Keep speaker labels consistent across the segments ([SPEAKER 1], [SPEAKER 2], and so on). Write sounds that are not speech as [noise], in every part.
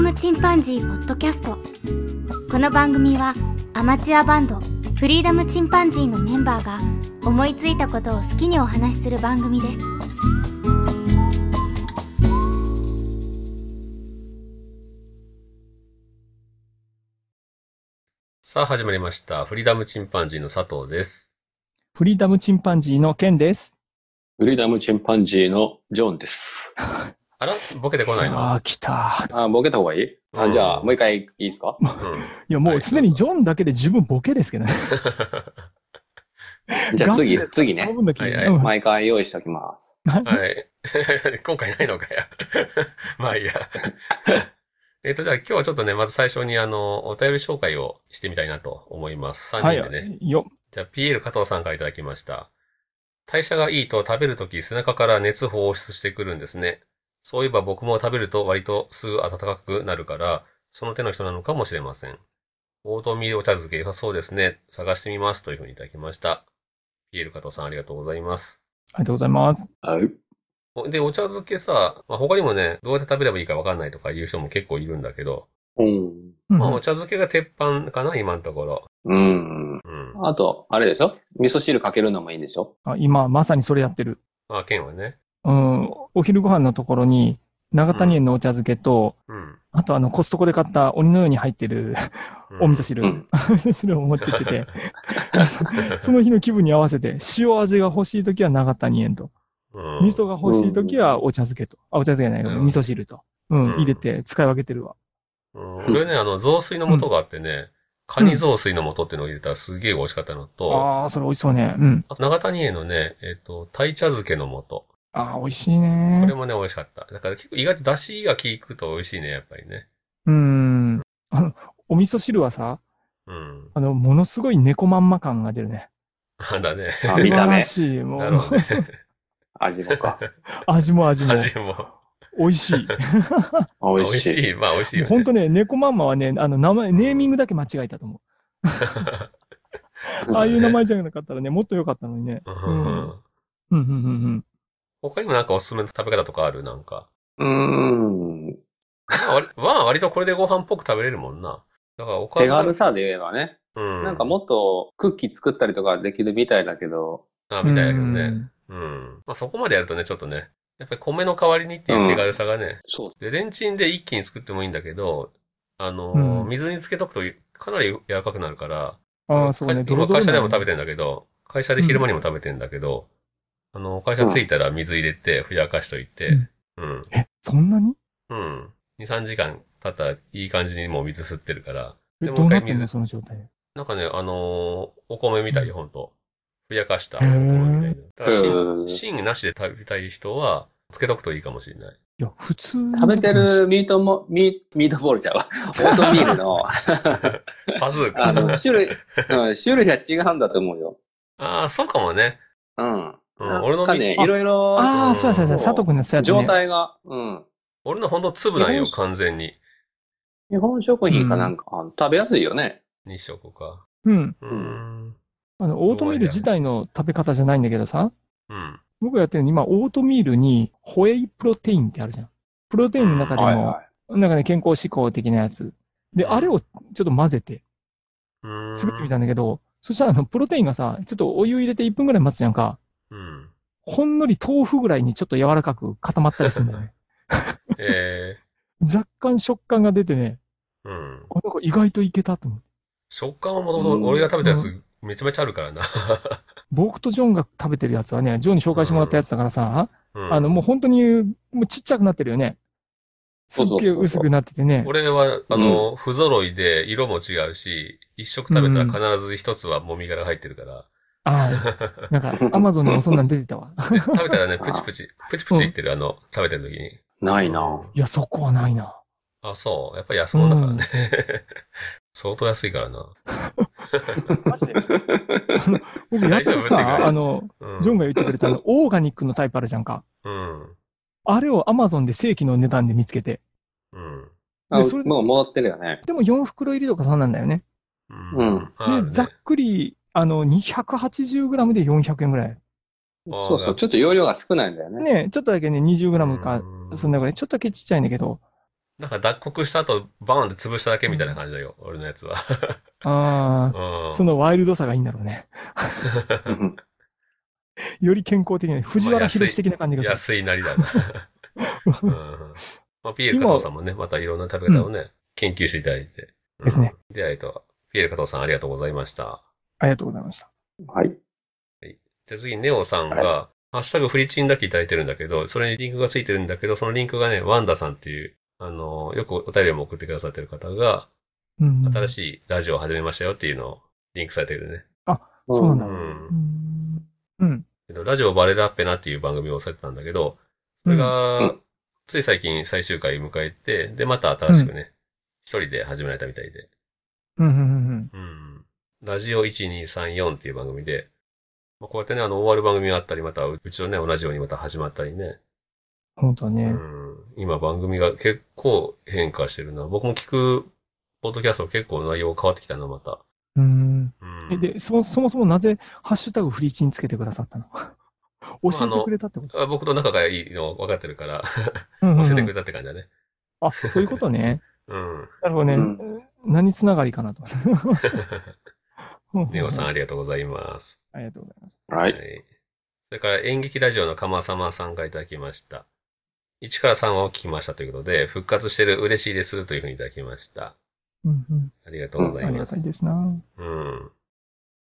[SPEAKER 1] ムチンパンジー」ポッドキャストこの番組はアマチュアバンドフリーダムチンパンジーのメンバーが思いついたことを好きにお話しする番組です
[SPEAKER 2] さあ始まりました。フリーダムチンパンジーの佐藤です。
[SPEAKER 3] フリーダムチンパンジーのケンです。
[SPEAKER 4] フリーダムチンパンジーのジョーンです。
[SPEAKER 2] あらボケてこない
[SPEAKER 3] あ
[SPEAKER 2] な。
[SPEAKER 3] あ、来た。
[SPEAKER 4] あ、ボケた方がいいあ
[SPEAKER 2] うん
[SPEAKER 4] じゃあ、もう一回いいですか
[SPEAKER 2] う
[SPEAKER 3] いや、も
[SPEAKER 2] はいう
[SPEAKER 3] すでにジョンだけで十分ボケですけどね。
[SPEAKER 4] じゃあ
[SPEAKER 3] ガチ
[SPEAKER 4] 次
[SPEAKER 3] で、す
[SPEAKER 4] 次
[SPEAKER 3] その
[SPEAKER 4] ね。
[SPEAKER 3] 分だけ
[SPEAKER 2] はいはい
[SPEAKER 3] うん
[SPEAKER 4] 毎回用意しておきます。
[SPEAKER 2] ん。 [laughs] はい。今回ないのかや。 [laughs] まあいいや。えっと、じゃあ今日はちょっとね、まず最初にあの、お便り紹介をしてみたいなと思います。3
[SPEAKER 3] はい
[SPEAKER 2] 人でね。
[SPEAKER 3] よ。
[SPEAKER 2] じゃあ PL 加藤さんからいただきました。代謝がいいと食べるとき背中から熱放出してくるんですね。そういえば僕も食べると割とすぐ暖かくなるから、その手の人なのかもしれません。オートミールお茶漬け良さそうですね。探してみます。というふうにいただきました。PL 加藤さんありがとうございます。
[SPEAKER 3] ありがとうございます。
[SPEAKER 4] はい。
[SPEAKER 2] おで、お茶漬けさ、まあ、他にもね、どうやって食べればいいかわかんないとか言う人も結構いるんだけど、
[SPEAKER 4] うん。
[SPEAKER 3] うん
[SPEAKER 2] まあお茶漬けが鉄板かな、今のところ。
[SPEAKER 4] うん。
[SPEAKER 2] うん。
[SPEAKER 4] あと、あれでしょ味噌汁かけるのもいいんでしょ
[SPEAKER 3] あ今、まさにそれやってる。
[SPEAKER 2] まあ、県はね。
[SPEAKER 3] うん、お昼ご飯のところに、長谷園のお茶漬けと、
[SPEAKER 2] うん。
[SPEAKER 3] あとあの、コストコで買った鬼のように入ってる
[SPEAKER 2] うん
[SPEAKER 3] お味噌汁。
[SPEAKER 4] うん
[SPEAKER 3] それを持ってきてて、 [laughs] その日の気分に合わせて、塩味が欲しいときは長谷園と、
[SPEAKER 2] [laughs] うん
[SPEAKER 3] 味噌が欲しいときはお茶漬けと、あ、お茶漬けじゃないけど、
[SPEAKER 2] うん
[SPEAKER 3] 味噌汁と、うん
[SPEAKER 2] うん、
[SPEAKER 3] 入れて使い分けてるわ。
[SPEAKER 2] うん、俺ね、あの、雑炊の素があってね、カニ雑炊の素っていうのを入れたらすげえ美味しかったのと、
[SPEAKER 3] ああ、それ美味しそうね。うん。
[SPEAKER 2] あと長谷園のね、えっ、と、鯛茶漬けの素。
[SPEAKER 3] ああ、美味しい
[SPEAKER 2] これ
[SPEAKER 3] ね。
[SPEAKER 2] もね、美味しかった。だから結構意外と出汁が効くと美味しいね、やっぱりね。
[SPEAKER 3] うん。あの、お味噌汁はさ、
[SPEAKER 2] うん。
[SPEAKER 3] あの、ものすごい猫まんま感が出るね。
[SPEAKER 2] なんだね。
[SPEAKER 3] [laughs]
[SPEAKER 4] あ
[SPEAKER 3] 素晴
[SPEAKER 4] 見た目
[SPEAKER 3] ら、しい。も
[SPEAKER 2] なる
[SPEAKER 3] う、
[SPEAKER 2] ほどね。
[SPEAKER 4] 味もか。
[SPEAKER 3] 味も味も、
[SPEAKER 2] 味も。
[SPEAKER 3] 美味しい。
[SPEAKER 4] 美
[SPEAKER 2] 美
[SPEAKER 4] 味
[SPEAKER 2] 味
[SPEAKER 4] しい。
[SPEAKER 2] しい。まあ美味しいよね。
[SPEAKER 3] 本当ね、猫まんまはね、あの、名前、ネーミングだけ間違えたと思
[SPEAKER 4] う
[SPEAKER 3] う。
[SPEAKER 4] ん
[SPEAKER 3] ああいう名前じゃなかったらね、もっと良かったのにね。
[SPEAKER 2] うん
[SPEAKER 3] うん、うん、うん、うん。
[SPEAKER 2] 他にもなんかおすすめの食べ方とかあるなんか。
[SPEAKER 4] うーん。
[SPEAKER 2] まあ割まあ割とこれでご飯っぽく食べれるもんな。だからおかず
[SPEAKER 4] 手軽さで言えばね。
[SPEAKER 2] うん。
[SPEAKER 4] なんかもっとクッキー作ったりとかできるみたいだけど。
[SPEAKER 2] あ、みたいだけどね。
[SPEAKER 3] うん
[SPEAKER 2] うん。まあそこまでやるとね、ちょっとね、やっぱり米の代わりにっていう手軽さがね、
[SPEAKER 4] そう。
[SPEAKER 2] で、レンチンで一気に作ってもいいんだけど、あのー
[SPEAKER 3] うん
[SPEAKER 2] 水につけとくとかなり柔らかくなるから、
[SPEAKER 3] ああ、そうね、
[SPEAKER 2] 会
[SPEAKER 3] ドロドロ
[SPEAKER 2] 会社でも食べ
[SPEAKER 3] べ
[SPEAKER 2] てんだけど、会社で昼間にも食べてんだけど、あの、会社着いたら水入れて、ふやかしといて、うん。
[SPEAKER 3] え、そんなに
[SPEAKER 2] うん。2、3時間経ったらいい感じにもう水吸ってるから、
[SPEAKER 3] え
[SPEAKER 2] でもう
[SPEAKER 3] ど
[SPEAKER 2] 一
[SPEAKER 3] う
[SPEAKER 2] 回
[SPEAKER 3] なってん
[SPEAKER 2] 水
[SPEAKER 3] のその状態。
[SPEAKER 2] なんかね、あのーお米みたいよ、ほんと。ふやかしたお
[SPEAKER 3] へー
[SPEAKER 2] 米みたいな。だから芯
[SPEAKER 4] うん
[SPEAKER 2] 芯なしで食べたい人は、つけとくといいかもしれない。
[SPEAKER 3] いや、普通の
[SPEAKER 4] 食べてるミートも、ミミートボールちゃうわ。オートミールの、
[SPEAKER 2] パズー
[SPEAKER 4] あの、
[SPEAKER 2] カ。
[SPEAKER 4] 種類、うん、種類が違うんだと思うよ。
[SPEAKER 2] ああ、そうかもね。
[SPEAKER 4] うん。
[SPEAKER 2] うん
[SPEAKER 4] な
[SPEAKER 2] 俺の
[SPEAKER 4] んかね、
[SPEAKER 3] あ
[SPEAKER 4] いろいろ、
[SPEAKER 3] ああ、そうやそうやそうや、佐藤君のそうやった
[SPEAKER 4] 状
[SPEAKER 3] ね。
[SPEAKER 4] 態が、うん。
[SPEAKER 2] 俺のほんと粒なんよ、
[SPEAKER 4] 日本
[SPEAKER 2] 完全に。
[SPEAKER 4] 日本食品かなんか、あの食べやすいよね。
[SPEAKER 2] 日食か。
[SPEAKER 3] うん。
[SPEAKER 2] うーん。
[SPEAKER 3] あの、オートミール自体の食べ方じゃないんだけどさ、
[SPEAKER 2] うん。
[SPEAKER 3] 僕がやってるの今、オートミールにホエイプロテインってあるじゃん。プロテインの中で
[SPEAKER 2] うん
[SPEAKER 3] も、
[SPEAKER 4] はいは
[SPEAKER 3] なんかね、健康志向的なやつ。で、
[SPEAKER 2] うん
[SPEAKER 3] あれをちょっと混ぜて
[SPEAKER 2] うーん。
[SPEAKER 3] 作ってみたんだけど、そしたらあの、プロテインがさ、ちょっとお湯入れて1分ぐらい待つじゃんか。
[SPEAKER 2] うん。
[SPEAKER 3] ほんのり豆腐ぐらいにちょっと柔らかく固まったりするんだ
[SPEAKER 2] [laughs]
[SPEAKER 3] よね。
[SPEAKER 2] え
[SPEAKER 3] 若干食感が出てね、
[SPEAKER 2] えうん。
[SPEAKER 3] あなんか意外といけたと思う。
[SPEAKER 2] 食感はもともと俺が食べたやつ、めちゃめちゃあるからな。
[SPEAKER 3] 僕とジョンが食べてるやつはね、ジョンに紹介してもらったやつだからさ、
[SPEAKER 2] うん
[SPEAKER 3] あの、もう本当に、もうちっちゃくなってるよね。すっげえ薄くなっててね。
[SPEAKER 2] 俺は、あの、不揃いで色も違うし、一食食べたら必ず一つはもみ殻入ってるから、
[SPEAKER 3] ああ、なんか、アマゾンにもそんなん出てた [laughs] わ。
[SPEAKER 2] で食べたらね、プチプチ、プチプチいってる、あの、食べてる時に。
[SPEAKER 4] い。ないな。
[SPEAKER 3] いや、そこはないな。
[SPEAKER 2] あ、そう。やっぱり安物だからね。 [laughs] 相当安いからな。
[SPEAKER 3] マジで僕、やっ
[SPEAKER 2] 大
[SPEAKER 3] と
[SPEAKER 2] 丈夫っていうか
[SPEAKER 3] さ、あの、
[SPEAKER 2] うん
[SPEAKER 3] ジョンが言ってくれたあの、オーガニックのタイプあるじゃんか。
[SPEAKER 2] うん。
[SPEAKER 3] あれをアマゾンで正規の値段で見つけて。
[SPEAKER 2] うん。
[SPEAKER 4] あ
[SPEAKER 3] でそれ
[SPEAKER 4] もう戻ってるよね。
[SPEAKER 3] でも4袋入りとかそうなんだよね。
[SPEAKER 4] うん
[SPEAKER 2] あるね
[SPEAKER 3] で、ざっくり、あの、280g で400円ぐらい。
[SPEAKER 2] あー
[SPEAKER 4] そうそう。ちょっと容量が少ないんだよね。
[SPEAKER 3] ねちょっとだけね、20g か、
[SPEAKER 2] うん
[SPEAKER 3] そんなぐらい。ちょっとだけちっちゃいんだけど、
[SPEAKER 2] なんか脱穀した後、バーンって潰しただけみたいな感じだよ。俺のや
[SPEAKER 3] [laughs]
[SPEAKER 2] つは。
[SPEAKER 3] あ
[SPEAKER 2] う
[SPEAKER 3] あ、
[SPEAKER 2] ん。
[SPEAKER 3] そのワイルドさがいいんだろうね。
[SPEAKER 4] うん
[SPEAKER 3] より健康的な、藤
[SPEAKER 2] まあ
[SPEAKER 3] 原
[SPEAKER 2] 安い
[SPEAKER 3] 博士的な感じがす
[SPEAKER 2] 安いなりだ
[SPEAKER 3] [laughs]
[SPEAKER 2] な。うん。まあ、ピエール加藤さんもね、またいろんな食べ方をね、研究していただいて。うん
[SPEAKER 3] ですね。
[SPEAKER 2] 出会いと、ピエール加藤さんありがとうございました。
[SPEAKER 3] ありがとうございました。
[SPEAKER 4] はい。
[SPEAKER 2] で、次、ネオさんが、ハッシュタグフリチンだけいただいてるんだけど、それにリンクがついてるんだけど、そのリンクがね、ワンダさんっていう、あの、よくお便りも送ってくださってる方が、
[SPEAKER 3] うん。
[SPEAKER 2] 新
[SPEAKER 3] い。
[SPEAKER 2] しいラジオを始めましたよっていうのをリンクされてるね。
[SPEAKER 3] そうなん
[SPEAKER 2] う
[SPEAKER 3] だ
[SPEAKER 2] ん
[SPEAKER 3] う。ん。うん。
[SPEAKER 2] えっとラジオバレラッペナっていう番組をされてたんだけど、それ
[SPEAKER 4] う
[SPEAKER 2] が
[SPEAKER 4] ん、
[SPEAKER 2] つい最近最終回迎えて、で、また新しくね、一、人で始められたみたいで。
[SPEAKER 3] うん。うん。
[SPEAKER 2] うん。ラジオ1234っていう番組で、まあ、こうやってね、あの、終わる番組があったり、また、うちのね、同じようにまた始まったりね。
[SPEAKER 3] 本当
[SPEAKER 2] う
[SPEAKER 3] ね。
[SPEAKER 2] ん。今番組が結構変化してるな。僕も聞く、ポッドキャスト結構内容変わってきたな、また。
[SPEAKER 3] うん。
[SPEAKER 2] うん。
[SPEAKER 3] え、で、そ、そもそもなぜ、ハッシュタグフリチンつけてくださったの [laughs] 教えてくれたってこと
[SPEAKER 2] あ僕と仲がいいの分かってるから、
[SPEAKER 3] うんうんうん
[SPEAKER 2] 教えてくれたって感じだね。
[SPEAKER 3] あ、そういうことね。
[SPEAKER 2] うん。
[SPEAKER 3] なるほどね。
[SPEAKER 4] うん
[SPEAKER 3] 何つながりかな [laughs] と。
[SPEAKER 2] ネオさんあ
[SPEAKER 3] あ
[SPEAKER 2] りがとうございます。
[SPEAKER 3] りがとうございます。
[SPEAKER 4] はい。
[SPEAKER 2] それから演劇ラジオの鎌様さんがいただきました。1から3を聞きましたということで、復活してる嬉しいですというふうにいただきました。
[SPEAKER 3] うんうん。
[SPEAKER 2] ありがとうござ
[SPEAKER 3] あ
[SPEAKER 2] い
[SPEAKER 3] り
[SPEAKER 2] ま
[SPEAKER 3] が
[SPEAKER 2] す
[SPEAKER 3] た。いですな。
[SPEAKER 2] うん。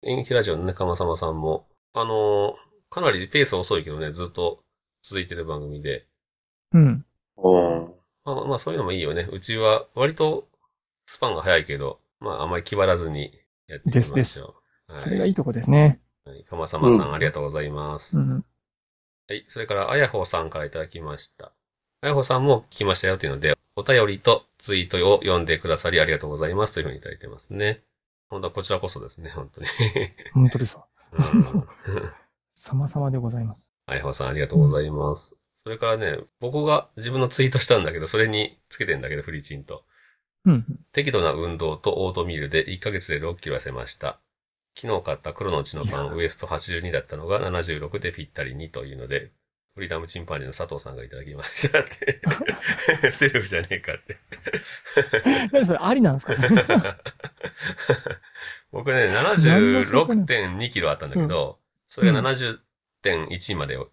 [SPEAKER 2] 演劇ラジオのね、鎌様さんも、あのーかなりペース遅いけどね、ずっと続いてる番組で、
[SPEAKER 3] うん。
[SPEAKER 4] おー
[SPEAKER 2] まあまあそういうのもいいよね。うちは割とスパンが早いけど、まああまり気張らずにやっていきましょう。
[SPEAKER 3] です
[SPEAKER 2] はい。
[SPEAKER 3] それがいいとこですね。
[SPEAKER 2] はい。かまさまさ
[SPEAKER 4] うんん
[SPEAKER 2] ありがとうございます。
[SPEAKER 3] うん。
[SPEAKER 2] はい。それから、あやほさんからいただきました。あやほさんも聞きましたよというので、お便りとツイートを読んでくださりありがとうございますというふうにいただいてますね。本当はこちらこそですね、本当に。
[SPEAKER 3] 本当ですわ。
[SPEAKER 2] うん
[SPEAKER 3] [laughs] 様々でございます。
[SPEAKER 2] あやほさんありがとうございます。それからね、僕が自分のツイートしたんだけど、それにつけてんだけど、フリチンと。
[SPEAKER 3] うん。
[SPEAKER 2] 適度な運動とオートミールで1ヶ月で6キロ痩せました。昨日買った黒のうちのパ
[SPEAKER 3] いや
[SPEAKER 2] ンウエスト82だったのが76でぴったり2というので、フリーダムチンパンジーの佐藤さんがいただきましたって。 [laughs] セルフじゃねえかって。 [laughs]
[SPEAKER 3] 何それ、ありなんです [laughs] かそれ
[SPEAKER 2] 僕ね、
[SPEAKER 3] 何の証拠な
[SPEAKER 2] 76.2キロあったんだけど、それが70.1まで行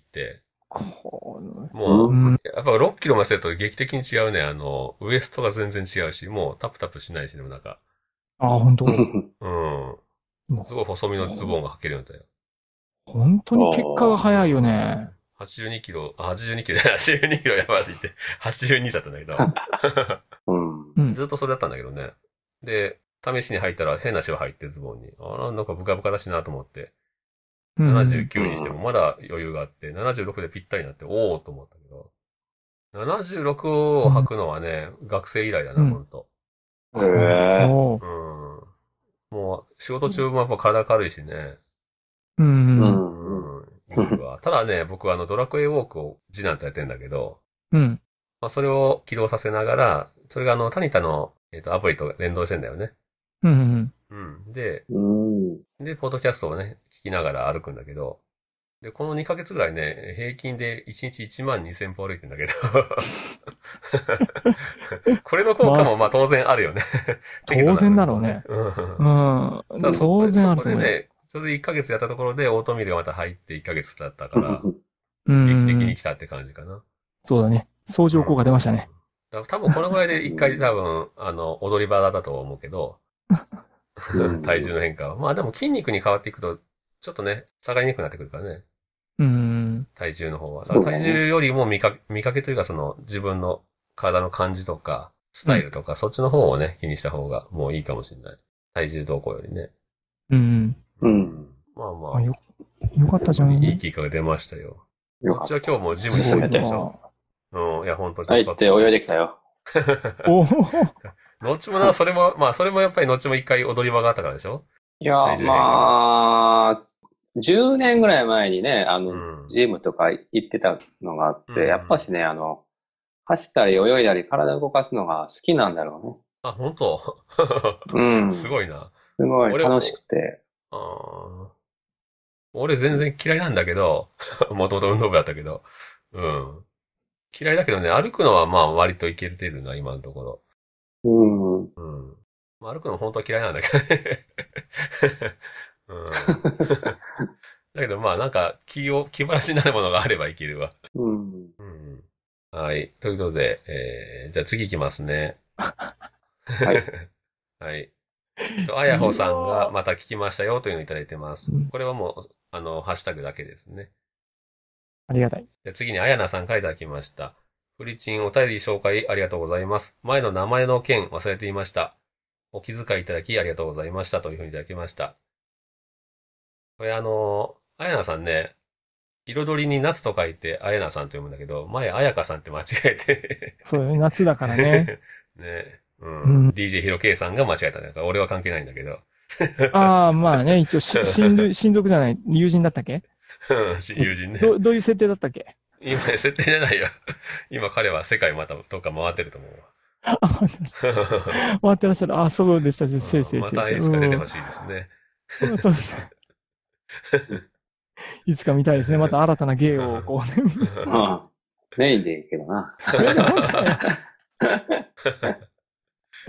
[SPEAKER 2] って、
[SPEAKER 3] この
[SPEAKER 2] もう、
[SPEAKER 3] うん
[SPEAKER 2] やっぱ6キロも痩せると劇的に違うね。あの、ウエストが全然違うし、もうタプタプしないしね、お腹。
[SPEAKER 3] あ、本当
[SPEAKER 2] うん。すごい細身のズボンが履けるようになったよ。
[SPEAKER 3] 本当に結果が早いよね。
[SPEAKER 2] 82キロ、あ、82キロ [laughs] じゃない、82キロやばいって言って、82だったんだけ
[SPEAKER 3] [laughs]
[SPEAKER 2] ど、
[SPEAKER 4] うん。
[SPEAKER 3] うん。
[SPEAKER 2] ずっとそれだったんだけどね。で、試しに入ったら変なシワ入ってズボンに。あら、なんかブカブカだしなと思って、
[SPEAKER 3] うん
[SPEAKER 2] 79にしてもまだ余裕があって、76でぴったりになって、おおと思ったけど、76を履くのはね、学生以来だな、
[SPEAKER 3] うん
[SPEAKER 2] ほんと。
[SPEAKER 4] へえ。
[SPEAKER 3] おー
[SPEAKER 2] うん。もう、仕事中もやっぱ体軽いしね。
[SPEAKER 3] う。
[SPEAKER 4] うん
[SPEAKER 3] うん。
[SPEAKER 2] う
[SPEAKER 4] ん。
[SPEAKER 2] ん。いいわただね、僕はあの、ドラクエウォークを次男とやってんだけど、
[SPEAKER 3] うん。
[SPEAKER 2] まあ、それを起動させながら、それがあの、タニタの、えっ、と、アプリと連動してんだよね。
[SPEAKER 3] うんうん。
[SPEAKER 2] うん。で、
[SPEAKER 4] うん。
[SPEAKER 2] で、ポッドキャストをね、聞きながら歩くんだけど、で、この2ヶ月ぐらいね、平均で1日1万2000歩歩いてん
[SPEAKER 3] [laughs]
[SPEAKER 2] だけど、これの効果もまあ当然あるよね。。
[SPEAKER 3] 当然だろうね
[SPEAKER 2] [laughs] うん
[SPEAKER 3] う。ん。
[SPEAKER 2] ただそ
[SPEAKER 3] 当然あると
[SPEAKER 2] そこ
[SPEAKER 3] 思う
[SPEAKER 2] で
[SPEAKER 3] よ。
[SPEAKER 2] ね、それで1ヶ月やったところでオートミールがまた入って1ヶ月経ったから、
[SPEAKER 3] う
[SPEAKER 2] 劇的に
[SPEAKER 3] ん。
[SPEAKER 2] 来たって感じかな。
[SPEAKER 3] そうだね。相乗効果出ましたね。
[SPEAKER 2] だから多分このぐらいで一回多分、あの、踊り場だと思うけど、
[SPEAKER 4] うん
[SPEAKER 2] 体重の変化は。まあでも筋肉に変わっていくと、ちょっとね、下がりにくくなってくるからね、
[SPEAKER 3] うん。
[SPEAKER 2] 体重の方は。だか
[SPEAKER 4] そ
[SPEAKER 2] ら
[SPEAKER 4] うだね
[SPEAKER 2] 体重よりも見かけ、見かけというかその自分の体の感じとか、スタイルとか、そっちの方をね、気にした方がもういいかもしれない。体重動向よりね。
[SPEAKER 3] うん。
[SPEAKER 4] うん。
[SPEAKER 2] まあまあ、
[SPEAKER 3] あ、よ、よかったじゃん。
[SPEAKER 2] いい結果が出ましたよ。
[SPEAKER 4] よ
[SPEAKER 2] こ
[SPEAKER 4] か
[SPEAKER 2] っ
[SPEAKER 4] っ
[SPEAKER 2] ちは今日もジムに
[SPEAKER 3] す
[SPEAKER 2] 行
[SPEAKER 3] ご
[SPEAKER 2] っ
[SPEAKER 3] い
[SPEAKER 2] た
[SPEAKER 3] な
[SPEAKER 2] でしょ。うん、いや、本当に
[SPEAKER 4] た。はい、
[SPEAKER 2] 助
[SPEAKER 4] っ
[SPEAKER 2] か
[SPEAKER 4] て泳いできたよ。
[SPEAKER 3] おー
[SPEAKER 2] どっちもな、それも、まあ、それもやっぱりどっちも一回踊り場があったからでしょ
[SPEAKER 4] いや
[SPEAKER 2] 体重、変化
[SPEAKER 4] まあ、10年ぐらい前にね、あ
[SPEAKER 2] う
[SPEAKER 4] の、
[SPEAKER 2] ん。
[SPEAKER 4] ジムとか行ってたのがあっ
[SPEAKER 2] う
[SPEAKER 4] て、
[SPEAKER 2] ん
[SPEAKER 4] やっぱしね、あの、走ったり泳いだり体を動かすのが好きなんだろ
[SPEAKER 2] あ、本当
[SPEAKER 4] うね。う
[SPEAKER 2] [laughs]
[SPEAKER 4] ん。
[SPEAKER 2] す
[SPEAKER 4] い。
[SPEAKER 2] ごいな。
[SPEAKER 4] すごい
[SPEAKER 2] 俺も
[SPEAKER 4] 楽しくて。
[SPEAKER 2] あー [laughs] 俺全然嫌いなんだけど、もともと運動部だったけど、うん。嫌いだけどね、歩くのはまあ割といけてるな、今のとこ
[SPEAKER 4] うん。
[SPEAKER 2] ろ。うん。まあ歩くの本当は嫌いなんだけどね。 [laughs]
[SPEAKER 4] [laughs]
[SPEAKER 2] うん。だけどまあなんか気を、気晴らしになるものがあればいけるわ。
[SPEAKER 4] うん。
[SPEAKER 2] うん。はい。ということで、えー、じゃあ次行きますね。
[SPEAKER 4] はい。
[SPEAKER 2] [laughs] はい。と、あやほさんがまた聞きましたよというのをいただいてます
[SPEAKER 3] うん。
[SPEAKER 2] これはもう、あの、ハッシュタグだけですね。
[SPEAKER 3] ありがたい。
[SPEAKER 2] じゃあ次にあやなさんからいただきました。フリチンお便り紹介ありがとうございます。前の名前の件忘れていました。お気遣いいただきありがとうございましたというふうにいただきました。これあの、あやなさんね、彩りに夏と書いてあやなさんと読むんだけど、前あやかさんって間違えて。
[SPEAKER 3] そうだね。夏だか
[SPEAKER 2] [laughs]
[SPEAKER 3] らね。
[SPEAKER 2] ねうん。
[SPEAKER 3] うん
[SPEAKER 2] DJ ひろけいさんが間違えたんだから、俺は関係ないんだけど。 [laughs]
[SPEAKER 3] ああ、まあね。一応し、親類親族じゃない、友人だったっけ
[SPEAKER 2] うん友人ね。
[SPEAKER 3] どどういう設定だったっけ [laughs]
[SPEAKER 2] 今、設定じゃないよ。今彼は世界またどっか回ってると思う
[SPEAKER 3] あ、待ってらっしゃる
[SPEAKER 2] わ。
[SPEAKER 3] 回ってらっしゃる。あ、そうでした。せいせいせい
[SPEAKER 2] ま
[SPEAKER 3] せ
[SPEAKER 2] たいつか出てほしいですね。
[SPEAKER 3] うんそうです
[SPEAKER 2] [laughs]
[SPEAKER 3] ね。いつか見たいですね。また新たな芸を、こうね。
[SPEAKER 2] [laughs]
[SPEAKER 3] [laughs]
[SPEAKER 4] まあ、メインでいいけどな。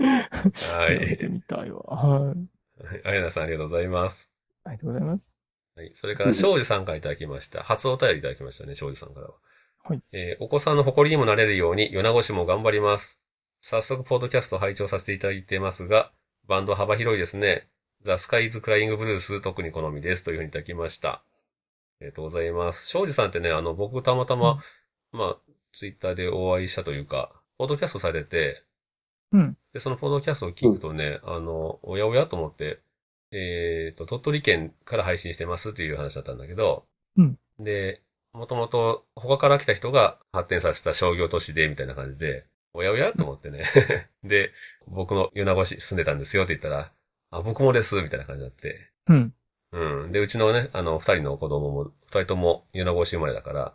[SPEAKER 2] は
[SPEAKER 3] 見
[SPEAKER 2] い
[SPEAKER 3] て。みたいわ。はい。
[SPEAKER 2] あやなさんありがとうございます。
[SPEAKER 3] ありがとうございます。
[SPEAKER 2] はい。それから、庄司さんからいただきました。初お便りいただきましたね、庄司さんからは。
[SPEAKER 3] はい。
[SPEAKER 2] えーお子さんの誇りにもなれるように、米子市も頑張ります。早速、ポッドキャストを拝聴させていただいてますが、バンド幅広いですね。ザ・スカイズ・クライング・ブルース、特に好みです。というふうにいただきました。ありがとうございます。庄司さんってね、あの、僕たまたま、まあ、ツイッターでお会いしたというか、ポッドキャストされてて、
[SPEAKER 3] うん。
[SPEAKER 2] で、そのポッドキャストを聞くとね、あの、おやおやと思って、えっ、と、鳥取県から配信してますっていう話だったんだけど、
[SPEAKER 3] うん
[SPEAKER 2] で、もともと他から来た人が発展させた商業都市で、みたいな感じで、おやおやと思ってね。 [laughs] で、僕の米子市住んでたんですよって言ったら、あ、僕もです、みたいな感じになって。
[SPEAKER 3] うん。
[SPEAKER 2] うん。で、うちのね、あの、二人の子供も、二人とも米子市生まれだから、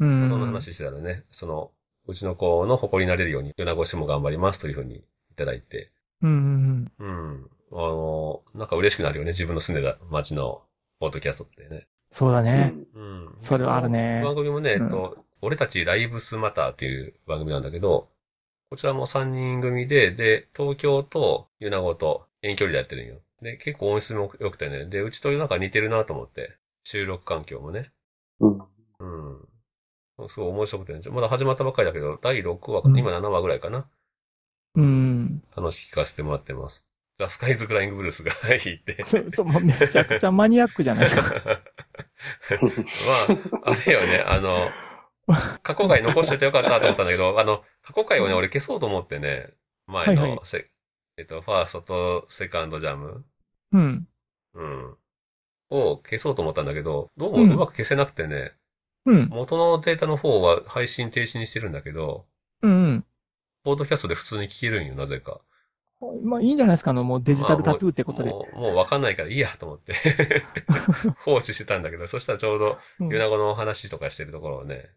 [SPEAKER 3] うん。
[SPEAKER 2] そんな話してたらね、その、うちの子の誇りになれるように、米子市も頑張りますというふうにいただいて、
[SPEAKER 3] うんうん
[SPEAKER 2] うん。あの、なんか嬉しくなるよね、自分の住んでた街のポッドキャストってね。
[SPEAKER 3] そうだね。
[SPEAKER 2] うん。
[SPEAKER 3] それはあるね
[SPEAKER 2] 番組もね、えっ
[SPEAKER 3] うん
[SPEAKER 2] と、俺たちライブスマターっていう番組なんだけど、こちらも3人組で、で、東京と米子と遠距離でやってるんよ。で、結構音質も良くてね、で、うちとなんか似てるなと思って、収録環境もね。
[SPEAKER 4] うん。
[SPEAKER 2] うん。すごい面白くてね、まだ始まったばっかりだけど、第6話、
[SPEAKER 3] うん
[SPEAKER 2] 今7話ぐらいかな。
[SPEAKER 3] うん。
[SPEAKER 2] 楽しく聞かせてもらってます。ザ・スカイズ・クライング・ブルースが [laughs] 入って。
[SPEAKER 3] [laughs] そ、そ、もうめちゃくちゃマニアックじゃないで
[SPEAKER 2] [laughs]
[SPEAKER 3] すか。
[SPEAKER 2] まあ、あれよね、あの、過去回残しててよかったと思ったんだけど、
[SPEAKER 3] [laughs]
[SPEAKER 2] あの、過去回をね、俺消そうと思ってね、前の、
[SPEAKER 3] はいはい
[SPEAKER 2] せえっと、ファーストとセカンドジャム、
[SPEAKER 3] うん。
[SPEAKER 2] うん、を消そうと思ったんだけど、どう
[SPEAKER 3] うん
[SPEAKER 2] もうまく消せなくてね、
[SPEAKER 3] うん。
[SPEAKER 2] 元のデータの方は配信停止にしてるんだけど、
[SPEAKER 3] うん
[SPEAKER 2] ポードキャストで普通に聞けるんよ、なぜか。
[SPEAKER 3] うん。まあいいんじゃないですか。あの、もうデジタルタトゥーってことで。
[SPEAKER 2] もう、もうわかんないからいいやと思って、 [laughs] 放置してたんだけど、そしたらちょうど、
[SPEAKER 3] うん
[SPEAKER 2] 米子のお話とかしてるところをね、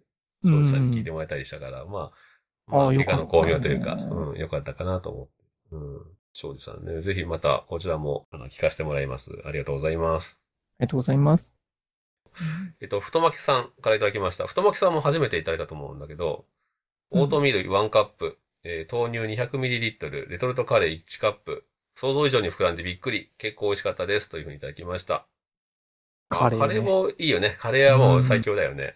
[SPEAKER 3] う
[SPEAKER 2] 庄
[SPEAKER 3] ん
[SPEAKER 2] 司さんに聞いてもらえたりしたから、まあ、
[SPEAKER 3] ああ
[SPEAKER 2] まあ、
[SPEAKER 3] よ
[SPEAKER 2] 理科
[SPEAKER 3] かった
[SPEAKER 2] の巧妙というか、
[SPEAKER 3] ね
[SPEAKER 2] うん、よかったかなと思って。うん。庄司さんね、ぜひまたこちらもあの聞かせてもらいます。ありがとうございます。
[SPEAKER 3] ありがとうございます。
[SPEAKER 2] えっと、太巻さんからいただきました。太巻さんも初めていただいたと思うんだけど、
[SPEAKER 3] うん
[SPEAKER 2] オートミール1カップ、えー豆乳 200ml、レトルトカレー1カップ、想像以上に膨らんでびっくり、結構美味しかったです、というふうにいただきました。
[SPEAKER 3] カレーね。
[SPEAKER 2] カレーもいいよね。カレーはもう最強だよね。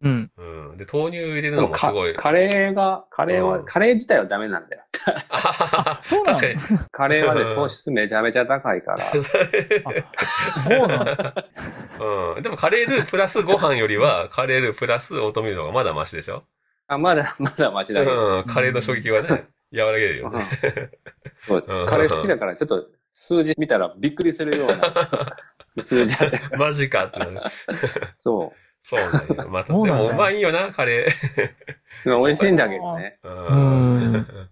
[SPEAKER 3] うん。
[SPEAKER 2] うん。で、豆乳入れる
[SPEAKER 4] で
[SPEAKER 2] の
[SPEAKER 4] も
[SPEAKER 2] もす
[SPEAKER 4] か
[SPEAKER 2] ごい。
[SPEAKER 4] カレーが、カレー
[SPEAKER 2] う
[SPEAKER 4] は、
[SPEAKER 2] ん
[SPEAKER 4] カレー自体はダメなんだよ。
[SPEAKER 2] あははは
[SPEAKER 3] そうな
[SPEAKER 2] [laughs]
[SPEAKER 3] の
[SPEAKER 2] 確かに。
[SPEAKER 4] カレーはね、糖質めちゃめちゃ高いから。
[SPEAKER 3] そうな
[SPEAKER 2] [laughs]
[SPEAKER 3] の
[SPEAKER 2] うん。でもカレーループラスご飯よりは、カレーループラスオートミールの方がまだマシでしょ
[SPEAKER 4] あ、まだ、まだマシ
[SPEAKER 2] う
[SPEAKER 4] だけど。
[SPEAKER 2] ん。カレーの衝撃はね、和らげるよね。
[SPEAKER 4] そう
[SPEAKER 2] うん
[SPEAKER 4] カレー好きだから、ちょっと数字見たらびっくりするような数字
[SPEAKER 2] [laughs]
[SPEAKER 4] あって。
[SPEAKER 2] マジかってなる。
[SPEAKER 4] そ
[SPEAKER 2] そうなんや。また、で
[SPEAKER 3] そうなん
[SPEAKER 2] も
[SPEAKER 3] だ
[SPEAKER 2] うまいよな、カレ
[SPEAKER 4] う。でも美味しいんだけどね。
[SPEAKER 2] ー。
[SPEAKER 3] う。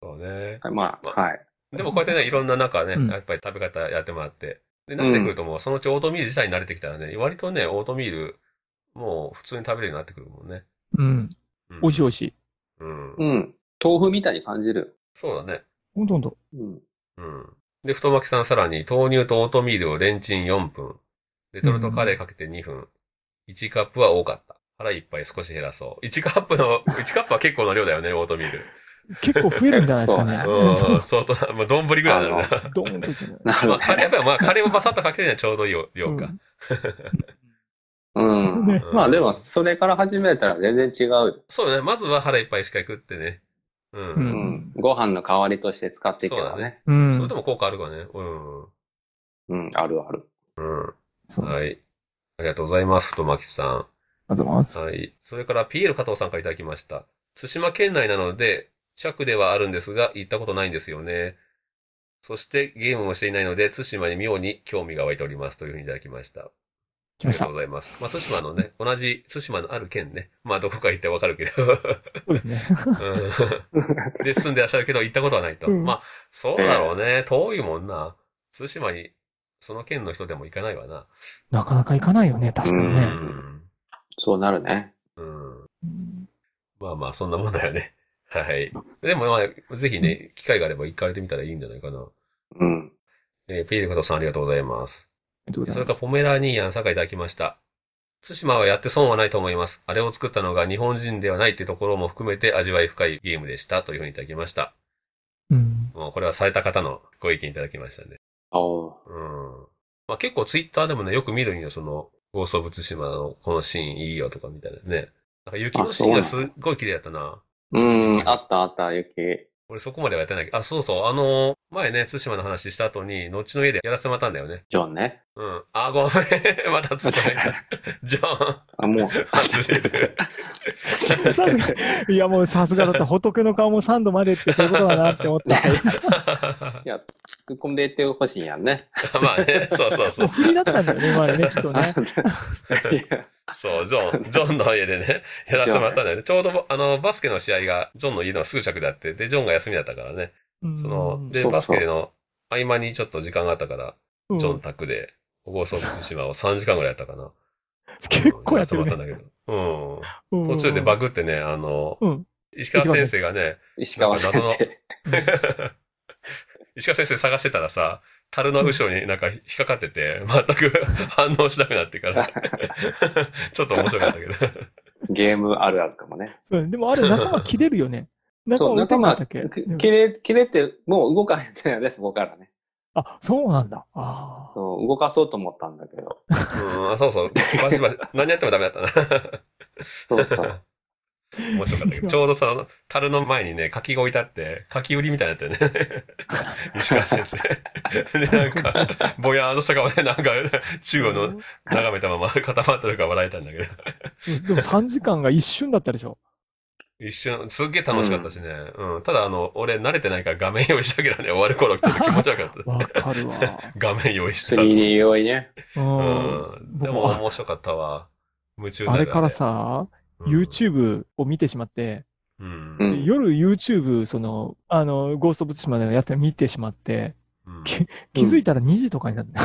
[SPEAKER 2] そうね。
[SPEAKER 4] まあ、はい。
[SPEAKER 2] でもこうやってね、いろんな中ね、
[SPEAKER 3] うん
[SPEAKER 2] やっぱり食べ方やってもらって。で、慣れてくるともう、そのうちオートミール自体に慣れてきたらね、割とね、オートミール、もう普通に食べれるようになってくるもんね。
[SPEAKER 3] うん。
[SPEAKER 2] うん
[SPEAKER 3] 美味しい美味しい。
[SPEAKER 2] うん
[SPEAKER 4] う。ん。豆腐みたいに感じる。
[SPEAKER 2] そうだね。
[SPEAKER 3] ほんとほんと。
[SPEAKER 4] うん。
[SPEAKER 2] うん。で、太巻きさんさらに、豆乳とオートミールをレンチン4分。レトルトカレーかけて2分。1カップは多かった。腹いっぱい少し減らそう。1カップの、1カップ [laughs] は結構な量だよね、オートミール。
[SPEAKER 3] 結構増えるんじゃないですかね。
[SPEAKER 2] うん、相当な、まあ、丼ぐらいだよな。
[SPEAKER 3] ドーンといっちゃう
[SPEAKER 4] な
[SPEAKER 2] [laughs] ま
[SPEAKER 4] る
[SPEAKER 2] あ、カレーやっぱりまあ、カレーをバサッとかけるにはちょうどいいよ量か。
[SPEAKER 4] ほど。 [laughs] うん。
[SPEAKER 3] ね
[SPEAKER 4] まあでも、それから始めたら全然違うよ。
[SPEAKER 2] そうだね。まずは腹いっぱいしか食ってね。う。
[SPEAKER 3] うん
[SPEAKER 4] うんん。ご飯の代わりとして使っていけばね。
[SPEAKER 3] うん。
[SPEAKER 2] それでも効果あるからね。うん。
[SPEAKER 4] うん、あるある。
[SPEAKER 2] うん。
[SPEAKER 3] そうです。あ
[SPEAKER 2] は
[SPEAKER 3] り
[SPEAKER 2] い。ありがとうございます、太巻さん。
[SPEAKER 3] がとうございます。
[SPEAKER 2] はい。それから、ピエール加藤さんからいただきました。津島県内なので、近くではあるんですが、行ったことないんですよね。そして、ゲームもしていないので、津島に妙に興味が湧いております。というふうにいただきました。あ
[SPEAKER 3] 来
[SPEAKER 2] り
[SPEAKER 3] ま
[SPEAKER 2] が
[SPEAKER 3] し
[SPEAKER 2] と
[SPEAKER 3] た
[SPEAKER 2] う。ございます。まあ、津島のね、同じ津島のある県ね。まあ、どこか行ってわかるけど。
[SPEAKER 3] そうですね。
[SPEAKER 2] うんで、住んでらっしゃるけど、行ったことはないと。
[SPEAKER 3] うん
[SPEAKER 2] まあ、そうだろうね。遠いもんな。津島に、その県の人でも行かないわな。
[SPEAKER 3] なかなか行かないよね、確かに
[SPEAKER 2] う
[SPEAKER 3] ね。
[SPEAKER 2] ん。
[SPEAKER 4] そうなるね。
[SPEAKER 2] うん。
[SPEAKER 3] うん
[SPEAKER 2] まあまあ、そんなもんだよね。 [laughs] はい。でもまあ、ぜひね、機会があれば行かれてみたらいいんじゃないかな。
[SPEAKER 4] うん。
[SPEAKER 2] えー、ピエール加藤さんありがとうございます。
[SPEAKER 3] ありがとうご
[SPEAKER 2] そ
[SPEAKER 3] ざ
[SPEAKER 2] れ
[SPEAKER 3] いま
[SPEAKER 2] から
[SPEAKER 3] す。
[SPEAKER 2] ポメラニーヤンさんからいただきました。津島はやって損はないと思います。あれを作ったのが日本人ではないってところも含めて味わい深いゲームでしたというふうにいただきました。 [laughs]
[SPEAKER 3] うん。
[SPEAKER 2] もうこれはされた方のご意見いただきましたね。
[SPEAKER 4] おう。
[SPEAKER 2] うん。まあ結構ツイッターでもね、よく見るんよ、その、ゴーストオブツシマのこのシーンいいよとかみたいなね。なんか雪のシーンがすっごい綺麗だったな。
[SPEAKER 4] うん、あったあった、雪。
[SPEAKER 2] 俺そこまではやってないけど、あ、そうそう、あのー前ね、津島の話した後に、後の家でやらせてもらったんだよね。
[SPEAKER 4] ジョン
[SPEAKER 2] [laughs]
[SPEAKER 4] ね。
[SPEAKER 2] うん。あ、ごめん。 [laughs] また津島
[SPEAKER 3] [laughs]
[SPEAKER 2] 行った。ジョン。
[SPEAKER 4] あ、もう。
[SPEAKER 2] 忘れる。
[SPEAKER 3] さすがいや、もうさすがだった。仏の顔も3度までってそういうこと
[SPEAKER 2] [laughs]
[SPEAKER 3] だなって思った。
[SPEAKER 4] [laughs] いや、突っ込んでいってほしいんやんね。
[SPEAKER 2] まあね、そうそうそ
[SPEAKER 3] もう
[SPEAKER 2] う。
[SPEAKER 3] 振りだったんだよね、今ね、きっとね。
[SPEAKER 4] [laughs]
[SPEAKER 2] そう、ジョン、ジョンの家でね、やらせてもらったんだよね。ちょうど、あの、バスケの試合が、ジョンの家のすぐ近くであって、で、ジョンが休みだったからね。
[SPEAKER 3] う
[SPEAKER 2] [laughs]
[SPEAKER 3] ん
[SPEAKER 2] その、
[SPEAKER 4] う
[SPEAKER 2] で、
[SPEAKER 4] そう
[SPEAKER 2] バスケの合間にちょっと時間があったから、
[SPEAKER 3] うん
[SPEAKER 2] ジョン宅で、ゴーストオブ津島を3時間ぐらいやったかな。
[SPEAKER 3] 結構やってる
[SPEAKER 2] やらせてもらったん
[SPEAKER 3] ね。
[SPEAKER 2] だけど。うん。
[SPEAKER 3] うん
[SPEAKER 2] 途中でバグってね、あの、
[SPEAKER 3] うん
[SPEAKER 2] 石川先生がね、
[SPEAKER 4] 石川先生。
[SPEAKER 2] [laughs] 石川先生探してたらさ、樽の後ろになんか引っかかってて、全く反応しなくなってから、 [laughs] ちょっと面白かったけど。
[SPEAKER 4] [laughs] ゲームあるあるかもね。
[SPEAKER 3] そうでもあれ、仲間切れる
[SPEAKER 2] [laughs]
[SPEAKER 3] よね。仲
[SPEAKER 4] そう、
[SPEAKER 3] 間打て
[SPEAKER 4] 仲
[SPEAKER 3] んか
[SPEAKER 4] 間、
[SPEAKER 3] ったっけ
[SPEAKER 4] き
[SPEAKER 3] うん
[SPEAKER 4] 切れ、切れて、もう動かへんってないです、僕からね。
[SPEAKER 3] あ、そうなんだ。ああ。
[SPEAKER 4] そう、動かそうと思ったんだけど。
[SPEAKER 2] うん、あそうそう。バシバシ、何やってもダメだったな。
[SPEAKER 4] そうそう。
[SPEAKER 2] 面白かったけど、ちょうどその、樽の前にね、柿が置いてあって、柿売りみたいになってね。石川先生。で、なんか、ぼやーんとした顔で、なんか、中央の眺めたまま固まってるから笑えたんだけど。
[SPEAKER 3] うんでも3時間が一瞬だったでしょ。
[SPEAKER 2] 一瞬、すっげえ楽しかったしね。うん。ただ、あの、俺慣れてないから画面用意したけどね、終 [laughs] わる頃ちょっと気持ち悪
[SPEAKER 3] [laughs]
[SPEAKER 2] かっ
[SPEAKER 3] わかる
[SPEAKER 2] [laughs]
[SPEAKER 3] わ。
[SPEAKER 2] た。画面用意した。
[SPEAKER 4] 3D 用意ね。
[SPEAKER 3] う。
[SPEAKER 2] うんん。
[SPEAKER 3] 僕
[SPEAKER 2] でも
[SPEAKER 3] も
[SPEAKER 2] 面白かったわ。夢中に
[SPEAKER 3] あ
[SPEAKER 2] なる
[SPEAKER 3] れから、さ、
[SPEAKER 2] うん。
[SPEAKER 3] YouTube を見てしまって、
[SPEAKER 2] うん。
[SPEAKER 4] う
[SPEAKER 2] うん [laughs]
[SPEAKER 3] で夜 YouTube、その、あの、ゴーストブツシマのやつ見てしまって、
[SPEAKER 2] ん
[SPEAKER 3] 気づいたら2時とかになって、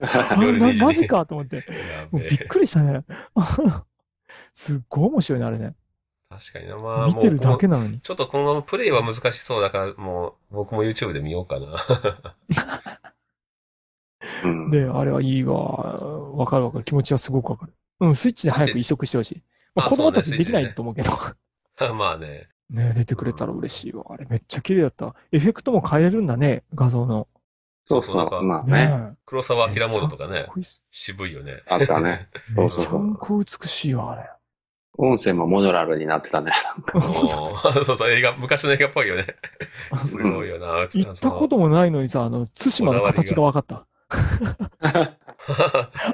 [SPEAKER 3] あ
[SPEAKER 2] 夜
[SPEAKER 3] な
[SPEAKER 2] 2時
[SPEAKER 3] マジかと思って、
[SPEAKER 2] や
[SPEAKER 3] もう
[SPEAKER 2] べ
[SPEAKER 3] びっ
[SPEAKER 2] え
[SPEAKER 3] くりしたね。 [laughs] すっごい面白いね、あれね。
[SPEAKER 2] 確かにな、まあ、
[SPEAKER 3] 見てるだけ
[SPEAKER 2] もう
[SPEAKER 3] なのに。
[SPEAKER 2] ちょっとこのままプレイは難しそうだから、もう、僕も YouTube で見ようかな。 [laughs]
[SPEAKER 4] うん。
[SPEAKER 3] で、あれはいいわ。わかるわかる。気持ちはすごくわかる。うん、スイッチで早く移植してほしい。まあ、
[SPEAKER 2] あ
[SPEAKER 3] 子供た
[SPEAKER 2] そう
[SPEAKER 3] ち
[SPEAKER 2] ね
[SPEAKER 3] できな
[SPEAKER 2] スイッチでね
[SPEAKER 3] いと思うけど。
[SPEAKER 2] まあね。
[SPEAKER 3] ね出てくれたら嬉しいわ。あれめっちゃ綺麗だった。エフェクトも変えれるんだね、画像の。
[SPEAKER 4] そうそ
[SPEAKER 2] なんか
[SPEAKER 4] う、まあね。
[SPEAKER 3] ね
[SPEAKER 2] 黒沢明モードとか
[SPEAKER 3] え。
[SPEAKER 2] ね
[SPEAKER 3] かっ、こいいっす
[SPEAKER 2] 渋いよね。
[SPEAKER 4] あったね。
[SPEAKER 3] め
[SPEAKER 4] そう
[SPEAKER 3] っち
[SPEAKER 4] そう
[SPEAKER 3] ゃ
[SPEAKER 4] そうん
[SPEAKER 3] こ美しいわ、あれ。
[SPEAKER 4] 音声もモノラルになってたね。
[SPEAKER 2] もう [laughs] そうそう、映画、昔の映画っぽい
[SPEAKER 3] [laughs]
[SPEAKER 2] よね。す
[SPEAKER 4] うん
[SPEAKER 2] ごいよな。
[SPEAKER 3] 行ったこともないのにさ、あの、対馬の形が分かった。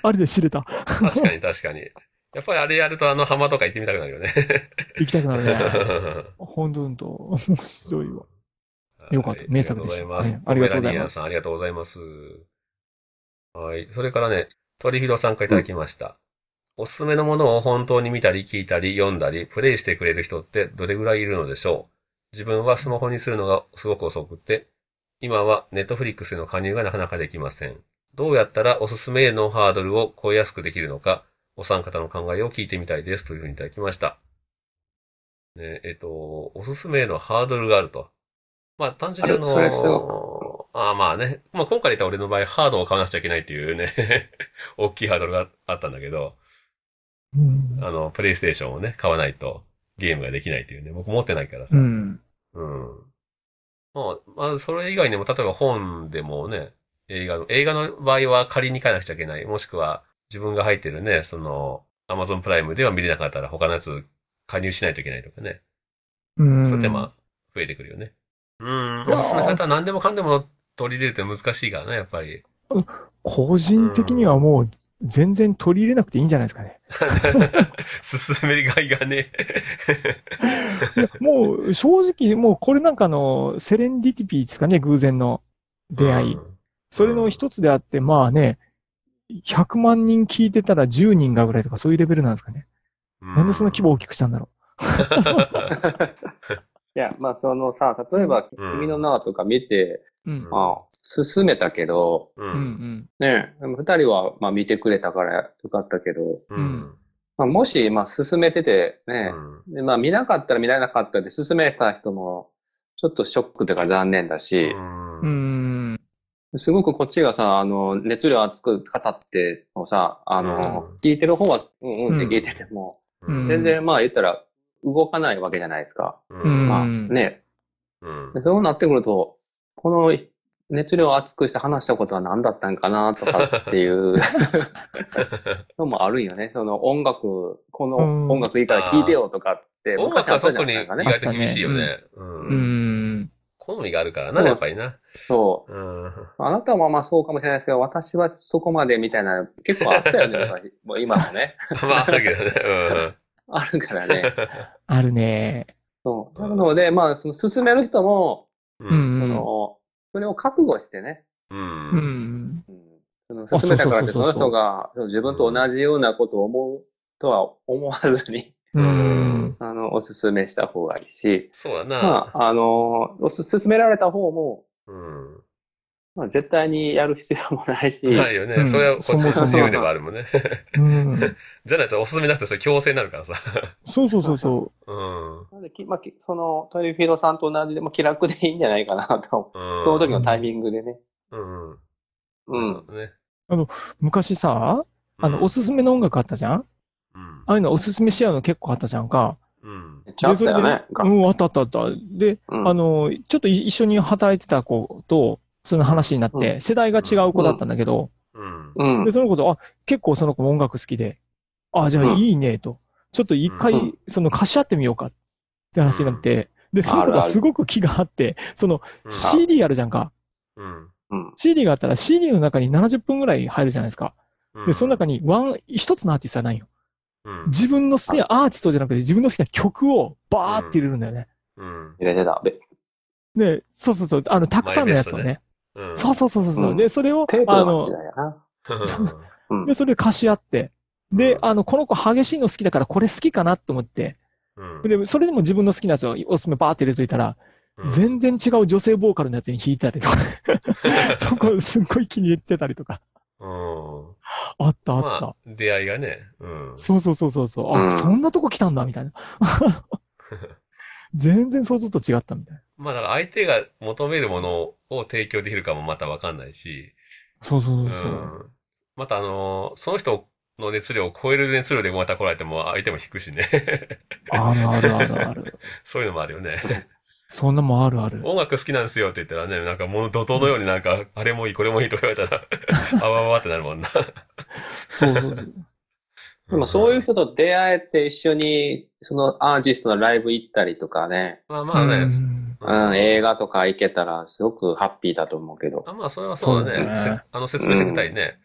[SPEAKER 3] あれで知れた。
[SPEAKER 2] 確かに確かに。やっぱりあれやるとあの浜とか行ってみたくなるよね。
[SPEAKER 3] 行きたく
[SPEAKER 2] [laughs]
[SPEAKER 3] なるね。本当本当面白いわ。よかった名作でしたね
[SPEAKER 2] あ
[SPEAKER 3] あ
[SPEAKER 2] り
[SPEAKER 3] り
[SPEAKER 2] が
[SPEAKER 3] が
[SPEAKER 2] と
[SPEAKER 3] と
[SPEAKER 2] うございま。ポメラ
[SPEAKER 3] うございますす
[SPEAKER 2] ニアンさんありがとうございます。はい。それからね、トリフィドさんからいただきました。おすすめのものを本当に見たり聞いたり読んだりプレイしてくれる人ってどれぐらいいるのでしょう自分はスマホにするのがすごく遅くて、今はネットフリックスへの加入がなかなかできません。どうやったらおすすめへのハードルを超えやすくできるのか、お三方の考えを聞いてみたいですというふうにいただきました。ね、えっと、おすすめへのハードルがあると。まあ単純にあ
[SPEAKER 4] あるそれす
[SPEAKER 2] の、ああまあね、まあ今回言った [laughs] 俺の場合ハードを買わなくちゃいけないっていうね、大きいハードルがあったんだけど、
[SPEAKER 3] うん。
[SPEAKER 2] あの、プレイステーションをね、買わないとゲームができないというね。僕持ってないからさ。
[SPEAKER 3] うん。
[SPEAKER 2] うん。まあ、まあ、それ以外にも、例えば本でもね、映画の、映画の場合は借りに行かなくちゃいけない。もしくは、自分が入ってるね、その、アマゾンプライムでは見れなかったら他のやつ加入しないといけないとかね。
[SPEAKER 3] うん。
[SPEAKER 2] そういう手間、増えてくるよね。うん。おすすめされたら何でもかんでも取り入れるって難しいからね、やっぱ
[SPEAKER 3] [laughs]
[SPEAKER 2] り。
[SPEAKER 3] 個人的にはもう全然取り入れなくていいんじゃないですかね。
[SPEAKER 2] 進めがいがね。
[SPEAKER 3] いやもう正直、もうこれなんかあのセレンディティピーですかね、偶然の出会い。
[SPEAKER 2] うん
[SPEAKER 3] それの一つであって、まあね、100万人聞いてたら10人がぐらいとかそういうレベルなんですかね。なんでその規模を大きくしたんだろ
[SPEAKER 4] いや、まあそのさ、例えば、
[SPEAKER 2] うん
[SPEAKER 4] 君の名はとか見て、
[SPEAKER 3] う。うん。
[SPEAKER 4] まあ、進めたけど、
[SPEAKER 2] う。
[SPEAKER 3] うんん
[SPEAKER 4] ね、でも二人は、まあ見てくれたからよかったけど、
[SPEAKER 2] うん。うん。
[SPEAKER 4] まあもし、まあ進めてて、
[SPEAKER 2] う
[SPEAKER 4] ね、
[SPEAKER 2] ん
[SPEAKER 4] でまあ見なかったら見られなかったで、進めた人も、ちょっとショックというか残念だし、
[SPEAKER 3] うん。うん。
[SPEAKER 4] すごくこっちがさ、あの、熱量熱く語ってもさ、あの、
[SPEAKER 2] うん
[SPEAKER 4] 聞いてる方は、うんうんって聞いてて
[SPEAKER 3] う
[SPEAKER 4] も、
[SPEAKER 3] ん
[SPEAKER 4] 全然まあ言ったら動かないわけじゃないですか。
[SPEAKER 2] う
[SPEAKER 3] うん
[SPEAKER 2] ん。
[SPEAKER 4] まあね。
[SPEAKER 2] うん
[SPEAKER 4] でそうなってくると、この熱量熱くして話したことは何だったんかなとかっていう
[SPEAKER 2] [laughs]
[SPEAKER 4] のもあるんよね。その音楽、この
[SPEAKER 3] うん
[SPEAKER 4] 音楽いいから聞いてよとかって、
[SPEAKER 2] 音楽
[SPEAKER 4] あ
[SPEAKER 2] は
[SPEAKER 4] った
[SPEAKER 2] 特
[SPEAKER 4] じゃ
[SPEAKER 2] に
[SPEAKER 4] ない
[SPEAKER 2] 意
[SPEAKER 4] ですかね。
[SPEAKER 2] 外と厳しいよね。
[SPEAKER 3] う
[SPEAKER 2] うん。
[SPEAKER 3] ん。
[SPEAKER 2] 好みがあるからな、
[SPEAKER 4] そう
[SPEAKER 2] やっぱりな。
[SPEAKER 4] そ
[SPEAKER 2] うん。 [laughs]
[SPEAKER 4] う。あなたはまあそうかもしれないですけど、私はそこまでみたいな、結構あった
[SPEAKER 3] [laughs]
[SPEAKER 4] よね、やっぱりもう今もね。
[SPEAKER 2] まあ、あるけどね。
[SPEAKER 4] あるからね。
[SPEAKER 3] あるね。
[SPEAKER 4] そう。なので、まあ、その進める人も、
[SPEAKER 2] う。
[SPEAKER 3] うん
[SPEAKER 4] そ
[SPEAKER 3] ん。
[SPEAKER 4] の、それを覚悟してね、
[SPEAKER 2] う。
[SPEAKER 3] うんん。
[SPEAKER 4] うんその進めたからって、そ
[SPEAKER 3] そうそうそ
[SPEAKER 4] の
[SPEAKER 3] うそう
[SPEAKER 4] 人がその自分と同じようなことを思うとは思わずに、
[SPEAKER 3] うん。
[SPEAKER 4] あの、お勧めした方がいいし、
[SPEAKER 2] そうだ
[SPEAKER 4] ま
[SPEAKER 2] な。
[SPEAKER 4] あ、あの、おす勧められた方も、
[SPEAKER 2] うん。
[SPEAKER 4] まあ、絶対にやる必要もないし、
[SPEAKER 2] ないよね。それはこっちの自由ではあるもんね。 [laughs]
[SPEAKER 3] うん。
[SPEAKER 2] じゃないとおすすめなくてそれ強制になるからさ。
[SPEAKER 3] そうそうそうそう。
[SPEAKER 2] うん。
[SPEAKER 4] なのできまあ、きその、トリフィードさんと同じで、まあ、気楽でいいんじゃないかなと、
[SPEAKER 2] うん
[SPEAKER 4] その時のタイミングでね。
[SPEAKER 2] うん。
[SPEAKER 4] うん。
[SPEAKER 2] ね。
[SPEAKER 3] 昔さ、あの、おすすめの音楽あったじゃん
[SPEAKER 2] うん
[SPEAKER 3] あ。あいうのおすすめし合うの結構あったじゃんか。
[SPEAKER 2] うん。
[SPEAKER 4] めっちゃあったよね。
[SPEAKER 3] でそれでうん、あったあったあった。で、
[SPEAKER 4] うん
[SPEAKER 3] あの、ちょっとい一緒に働いてた子と、その話になって、
[SPEAKER 4] う
[SPEAKER 3] 世代が違う子だったんだけど、
[SPEAKER 2] うん。
[SPEAKER 4] うん
[SPEAKER 3] で、。その子と、あ、結構その子も音楽好きで、あ、じゃ
[SPEAKER 4] う
[SPEAKER 3] あ
[SPEAKER 4] ん
[SPEAKER 3] いいね、と。ちょっと一回、
[SPEAKER 4] うん
[SPEAKER 3] その貸し合ってみようかって話になって、で、その子
[SPEAKER 4] あるあ
[SPEAKER 3] が
[SPEAKER 4] る
[SPEAKER 3] すごく気があって、その CD あるじゃんか。
[SPEAKER 2] うん。
[SPEAKER 4] うん。
[SPEAKER 3] CD があったら CD の中に70分ぐらい入るじゃないですか。
[SPEAKER 2] うん
[SPEAKER 3] で、その中にワン、一つのアーティストはないよ。
[SPEAKER 2] うん。
[SPEAKER 3] 自分の好きなアーティストじゃなくて自分の好きな曲をバーって入れるんだよね。
[SPEAKER 2] うん。
[SPEAKER 4] 入れてた。で
[SPEAKER 3] ね、そうそうそう、あの、たくさんのやつを
[SPEAKER 2] マイベ
[SPEAKER 3] ね。
[SPEAKER 2] うん。
[SPEAKER 3] そうそうそうそう。
[SPEAKER 4] う
[SPEAKER 3] うんで、それを
[SPEAKER 4] テー、プ
[SPEAKER 3] あ
[SPEAKER 4] の話
[SPEAKER 3] の、
[SPEAKER 4] だよな。うん
[SPEAKER 3] で、それを貸し合って、で、あの、この子激しいの好きだからこれ好きかなと思って、
[SPEAKER 2] うん。
[SPEAKER 3] で、それでも自分の好きなやつをおすすめバーって入れといたら、
[SPEAKER 2] うん
[SPEAKER 3] 全然違う女性ボーカルのやつに弾いてたりとか、そこすっごい気に入ってたりとか、
[SPEAKER 2] うん。
[SPEAKER 3] あったあった。
[SPEAKER 2] まあ、出会いがね。うん。
[SPEAKER 3] そうそうそうそうそう、あ、
[SPEAKER 4] うん
[SPEAKER 3] そんなとこ来たんだ、み [laughs] たいな。全然想像と違ったみたいな。
[SPEAKER 2] まあだから相手が求めるものを提供できるかもまたわかんないし、
[SPEAKER 3] そうそう
[SPEAKER 2] う
[SPEAKER 3] そうそう。
[SPEAKER 2] ん。またあのーその人の熱量を超える熱量でまた来られても相手も引くしね。 [laughs]
[SPEAKER 3] あるあるあるある。
[SPEAKER 2] そういうのもあるよね。
[SPEAKER 3] そんなもんあるある。
[SPEAKER 2] 音楽好きなんですよって言ったらね、なんかもう怒涛のようになんか、あれもいい、これもいいとか言われたら、 [laughs] あわわわってなるもんな。
[SPEAKER 3] そうそうそう。
[SPEAKER 4] でもそういう
[SPEAKER 2] 人。
[SPEAKER 4] 人と出会えて一緒に、そのアーティストのライブ行ったりとかね、
[SPEAKER 2] まあまあね。
[SPEAKER 3] うん
[SPEAKER 4] うん、映画とか行けたらすごくハッピーだと思うけど。
[SPEAKER 2] あまあそれはそうだ
[SPEAKER 3] そうだ
[SPEAKER 2] ね。
[SPEAKER 3] ね
[SPEAKER 2] せあの説明してみたいね。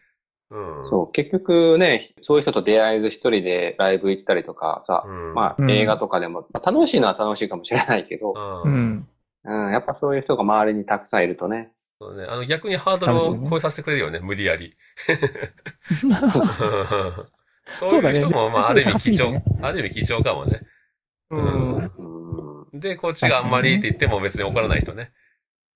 [SPEAKER 2] うん。
[SPEAKER 4] そう、結局ね、そういう人と出会えず一人でライブ行ったりとかさ、
[SPEAKER 2] うん
[SPEAKER 4] ま
[SPEAKER 3] う
[SPEAKER 4] あ
[SPEAKER 3] ん
[SPEAKER 4] 映画とかでも、まあ楽しいのは楽しいかもしれないけど、
[SPEAKER 2] あ
[SPEAKER 3] う
[SPEAKER 2] ー
[SPEAKER 3] ん。
[SPEAKER 4] うん、やっぱそういう人が周りにたくさんいるとね、
[SPEAKER 2] そうね。あの逆にハードルを超えさせてくれるよね、無理や
[SPEAKER 3] [laughs]
[SPEAKER 2] り。そういう人も、まあ、あ
[SPEAKER 3] そうだね
[SPEAKER 2] る意味貴
[SPEAKER 3] 熱量
[SPEAKER 2] 重
[SPEAKER 3] が高、
[SPEAKER 2] ある意味貴重かもね。
[SPEAKER 3] うん。
[SPEAKER 4] うん、
[SPEAKER 2] で、こっちがあんまりって言っても別に怒らない人ね。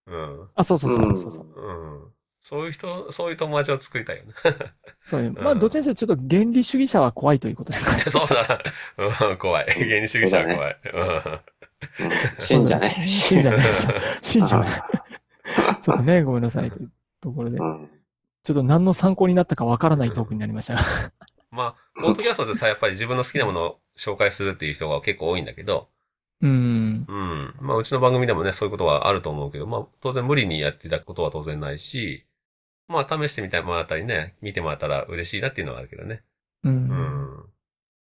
[SPEAKER 2] うん。
[SPEAKER 3] あ、そうそうそうそうそう。
[SPEAKER 2] うん。そういう人、そういう友達を作りたいよね。 [laughs]
[SPEAKER 3] そうね。まあ、どっちにせよ、ちょっと原理主義者は怖いということですかね。
[SPEAKER 2] そうだ。うん、怖い。原理主義者は怖い。
[SPEAKER 4] うん信者ね。
[SPEAKER 3] 信者ね。 [laughs] 信者ね。
[SPEAKER 4] う
[SPEAKER 3] ちょっとね、ごめんなさいというところで。
[SPEAKER 4] ん
[SPEAKER 3] ちょっと何の参考になったかわからないトークになりましたが。
[SPEAKER 2] まあ、ポッドキャストでさ、やっぱり自分の好きなものを紹介するっていう人が結構多いんだけど、
[SPEAKER 3] うん。
[SPEAKER 2] うん。まあ、うちの番組でもね、そういうことはあると思うけど、まあ、当然無理にやっていただくことは当然ないし、まあ、試してみてもらったりね、見てもらったら嬉しいなっていうのはあるけどね。
[SPEAKER 3] う。
[SPEAKER 2] うんん。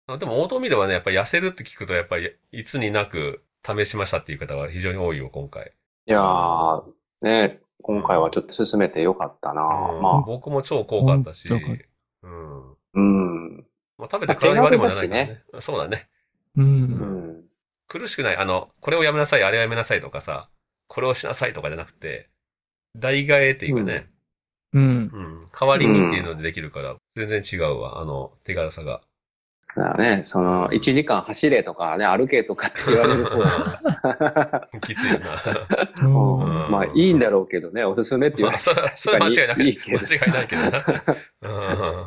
[SPEAKER 2] あでも、オートミールはね、やっぱり痩せるって聞くと、やっぱり、いつになく試しましたっていう方が非常に多いよ、今回。
[SPEAKER 4] いやー、ね、今回はちょっと進めてよかったな。
[SPEAKER 2] うん
[SPEAKER 4] まあ、
[SPEAKER 2] 僕も超効果あったし、う
[SPEAKER 3] 本当か
[SPEAKER 2] ん。
[SPEAKER 4] うん。
[SPEAKER 2] まあ、食べて体に悪いものはないからね。そうだね。
[SPEAKER 3] う。
[SPEAKER 4] うんん。
[SPEAKER 2] 苦しくない。あの、これをやめなさい、あれをやめなさいとかさ、これをしなさいとかじゃなくて、代替えっていうかね、
[SPEAKER 3] うん。
[SPEAKER 2] うん。代わりにっていうのでできるから、全然違うわ。あの、手軽さが。
[SPEAKER 4] だからね、その、1時間走れとかね、歩けとかって言われる
[SPEAKER 2] [laughs] きついな。
[SPEAKER 4] 方
[SPEAKER 3] うん
[SPEAKER 4] まあ、いいんだろうけどね、おすすめって言わ
[SPEAKER 2] ま
[SPEAKER 4] れ
[SPEAKER 2] あ、
[SPEAKER 4] る
[SPEAKER 2] それは、それは間違いないい。
[SPEAKER 4] いけど
[SPEAKER 2] 間違いないけどな。
[SPEAKER 3] あ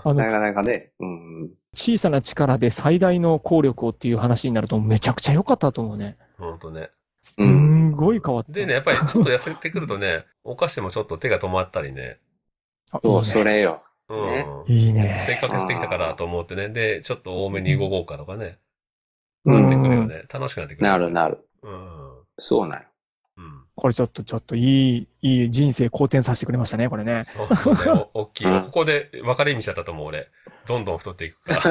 [SPEAKER 3] の
[SPEAKER 4] な、かなかね、うん。
[SPEAKER 3] 小さな力で最大の効力をっていう話になるとめちゃくちゃ良かったと思うね。
[SPEAKER 2] うん。ほんとね。
[SPEAKER 3] すんごい変わった。
[SPEAKER 2] でね、やっぱりちょっと痩せてくるとね、お菓子もちょっと手が止まったりね。
[SPEAKER 3] あ
[SPEAKER 4] そう、それよ。ね
[SPEAKER 2] うん。
[SPEAKER 3] い
[SPEAKER 2] せ
[SPEAKER 3] いね。
[SPEAKER 2] っかくしてきたからと思ってね。で、ちょっと多めに動こうかとかね。
[SPEAKER 3] う
[SPEAKER 2] なってくるよ
[SPEAKER 3] ん。
[SPEAKER 2] ね。楽しくなってくる。
[SPEAKER 4] なるなる。
[SPEAKER 2] うん。
[SPEAKER 4] そうなんよ。
[SPEAKER 2] うん。
[SPEAKER 3] これちょっと、ちょっといい、いい人生好転させてくれましたね、これね。
[SPEAKER 2] そうそうだよ。お大きい。
[SPEAKER 4] うん
[SPEAKER 2] ここで分かれ道だったと思う、俺。どんどん太っていく
[SPEAKER 4] [laughs]
[SPEAKER 2] から。
[SPEAKER 4] あ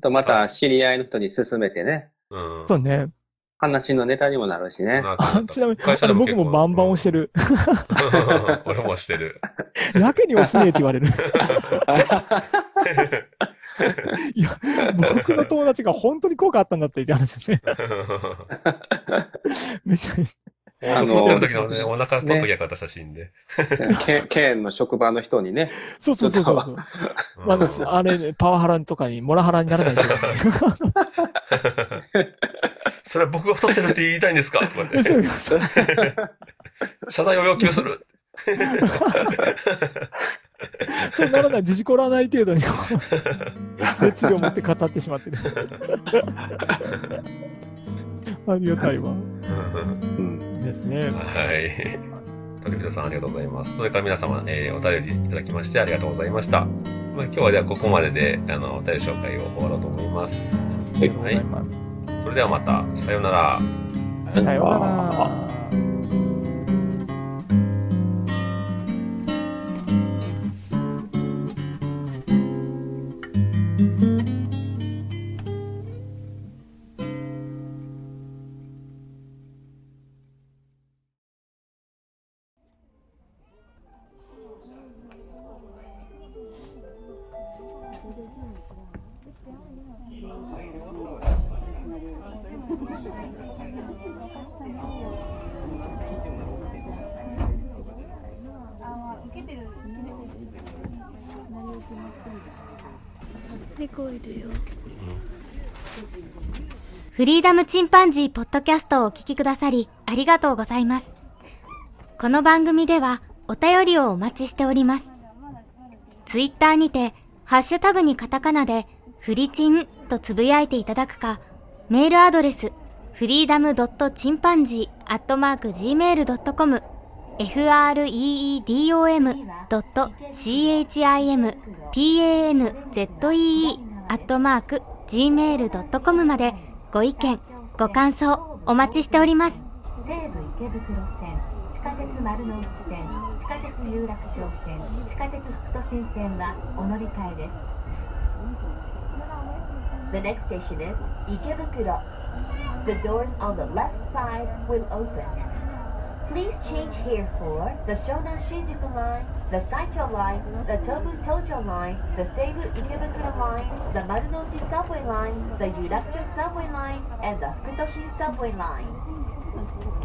[SPEAKER 4] とまた、知り合いの人に勧めてね、
[SPEAKER 2] うん。
[SPEAKER 3] そうね。
[SPEAKER 4] 話のネタにもなるしね。
[SPEAKER 2] なって
[SPEAKER 3] あ
[SPEAKER 2] った
[SPEAKER 3] ちなみに、
[SPEAKER 2] 会社
[SPEAKER 3] あ
[SPEAKER 2] で
[SPEAKER 3] の
[SPEAKER 2] も
[SPEAKER 3] 僕
[SPEAKER 2] 結構
[SPEAKER 3] もバンバン押してる。
[SPEAKER 2] うん [laughs] 俺もして
[SPEAKER 4] [laughs]
[SPEAKER 2] る。
[SPEAKER 3] やけに押すねって言わ [laughs] れる。いや、僕の友達が本当に効果あったんだって言って話ですね。めちゃ、
[SPEAKER 2] あ
[SPEAKER 4] あの
[SPEAKER 2] の、太ってる時のね、お腹撮っときゃよかった写真で。
[SPEAKER 4] [laughs] け県の職場の人にね、
[SPEAKER 3] そうそうそうそう。
[SPEAKER 2] うん
[SPEAKER 3] まあ、あれね、パワハラとかに、モラハラにならないとか [laughs] ね。
[SPEAKER 2] それは僕が太ってるって言いたいんですかとかっ
[SPEAKER 3] [laughs] そう
[SPEAKER 2] て。謝罪を要求する。
[SPEAKER 3] そうならない、自じこらない程度に、
[SPEAKER 2] [laughs]
[SPEAKER 3] 熱量を持って語ってしまってる。ありがたいわ。
[SPEAKER 2] うん
[SPEAKER 4] うん、
[SPEAKER 3] ですね。
[SPEAKER 2] はい。トリフィドさんありがとうございます。それから皆様、えーお便りいただきましてありがとうございました。まあ、今日はではここまでで、あの、お便り紹介を終わろうと思います。
[SPEAKER 3] ありがとうございます。
[SPEAKER 2] それではまた、さようなら。
[SPEAKER 3] さようなら。
[SPEAKER 5] 猫いるよ。
[SPEAKER 1] フリーダムチンパンジーポッドキャストをお聞きくださり、ありがとうございます。この番組では、お便りをお待ちしております。ツイッターにて、ハッシュタグにカタカナで、フリチンとつぶやいていただくか、メールアドレス、フリーダムドットチンパンジーアットマーク Gmail.com、freedom.chimpanzee アットマーク gmail.com までご意見、ご感想お待ちしております。
[SPEAKER 6] 西武池袋線地下鉄丸の内線地下鉄有楽町線地下鉄副都心線はお乗り換えです The next station is 池袋 The doors on the left side will open Please change here for the Shonan Shinjuku line, the Saito line, the Tobu Tojo line, the Seibu Ikebukuro line, the Marunouchi subway line, the Yurakucho subway line, and the Fukutoshin subway line.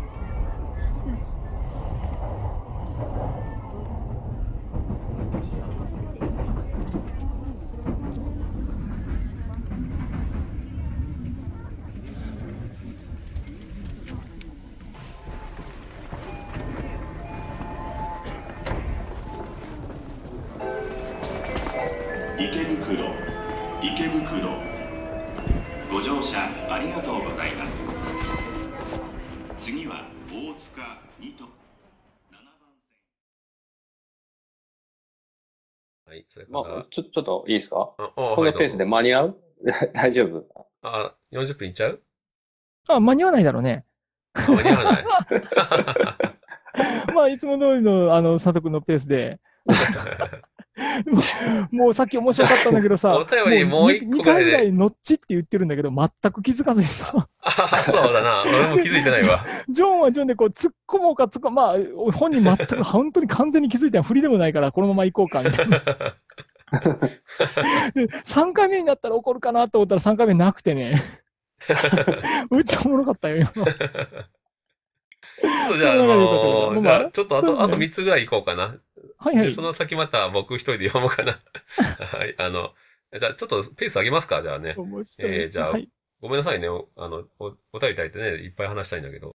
[SPEAKER 2] はい、それから、
[SPEAKER 4] まあ、ちょ、ちょっといいですか
[SPEAKER 2] あ、あ
[SPEAKER 4] こ
[SPEAKER 2] は
[SPEAKER 4] の
[SPEAKER 2] い、どう
[SPEAKER 4] ペース
[SPEAKER 2] ぞ
[SPEAKER 4] で間に合う [laughs] 大丈夫
[SPEAKER 2] あ、40分いっちゃう
[SPEAKER 3] あ、間に合わないだろうね。
[SPEAKER 2] あ間に合わ
[SPEAKER 3] [laughs]
[SPEAKER 2] ない。
[SPEAKER 3] まあ、いつも通りの、あの、佐藤君のペースで。 [laughs] もうもうさっき面白かったんだけどさ、
[SPEAKER 2] お便りもう一個
[SPEAKER 3] 2回
[SPEAKER 2] ぐ
[SPEAKER 3] ぐ
[SPEAKER 2] ら
[SPEAKER 3] ら
[SPEAKER 2] い
[SPEAKER 3] いのっちって言ってるんだけど、全く気づかずにさ、
[SPEAKER 2] あ [laughs] そうだな。俺も気づいてない
[SPEAKER 3] [laughs]
[SPEAKER 2] わ。
[SPEAKER 3] ジョンはジョンでこう突っ込もうか突っ込まあ、本人
[SPEAKER 2] [laughs]
[SPEAKER 3] 全く、本当に完全に気づいてない。振りでもないから、このまま行こうか、みたいな。で、3回目になったら怒るかなと思ったら3回目なく
[SPEAKER 2] [laughs]
[SPEAKER 3] てね。 [laughs] めっちゃおもろかったよ、今の。
[SPEAKER 2] そうじゃあ、あ
[SPEAKER 3] そんなのよかった
[SPEAKER 2] の
[SPEAKER 3] けど
[SPEAKER 2] じゃ
[SPEAKER 3] ま
[SPEAKER 2] あ、
[SPEAKER 3] あ
[SPEAKER 2] ちょっとあ
[SPEAKER 3] そう
[SPEAKER 2] と、
[SPEAKER 3] ね
[SPEAKER 2] あと3つぐらい行こうかな。
[SPEAKER 3] はいは
[SPEAKER 2] で
[SPEAKER 3] い
[SPEAKER 2] そ。の先また僕一人で読もうかな。 [laughs] はい、あの、じゃあちょっとペース上げますか、じゃあね。
[SPEAKER 3] 面白いですね
[SPEAKER 2] えーじゃあ
[SPEAKER 3] はい。
[SPEAKER 2] ごめんなさいね。おあの、お、お便りいただいてね、いっぱい話したいんだけど。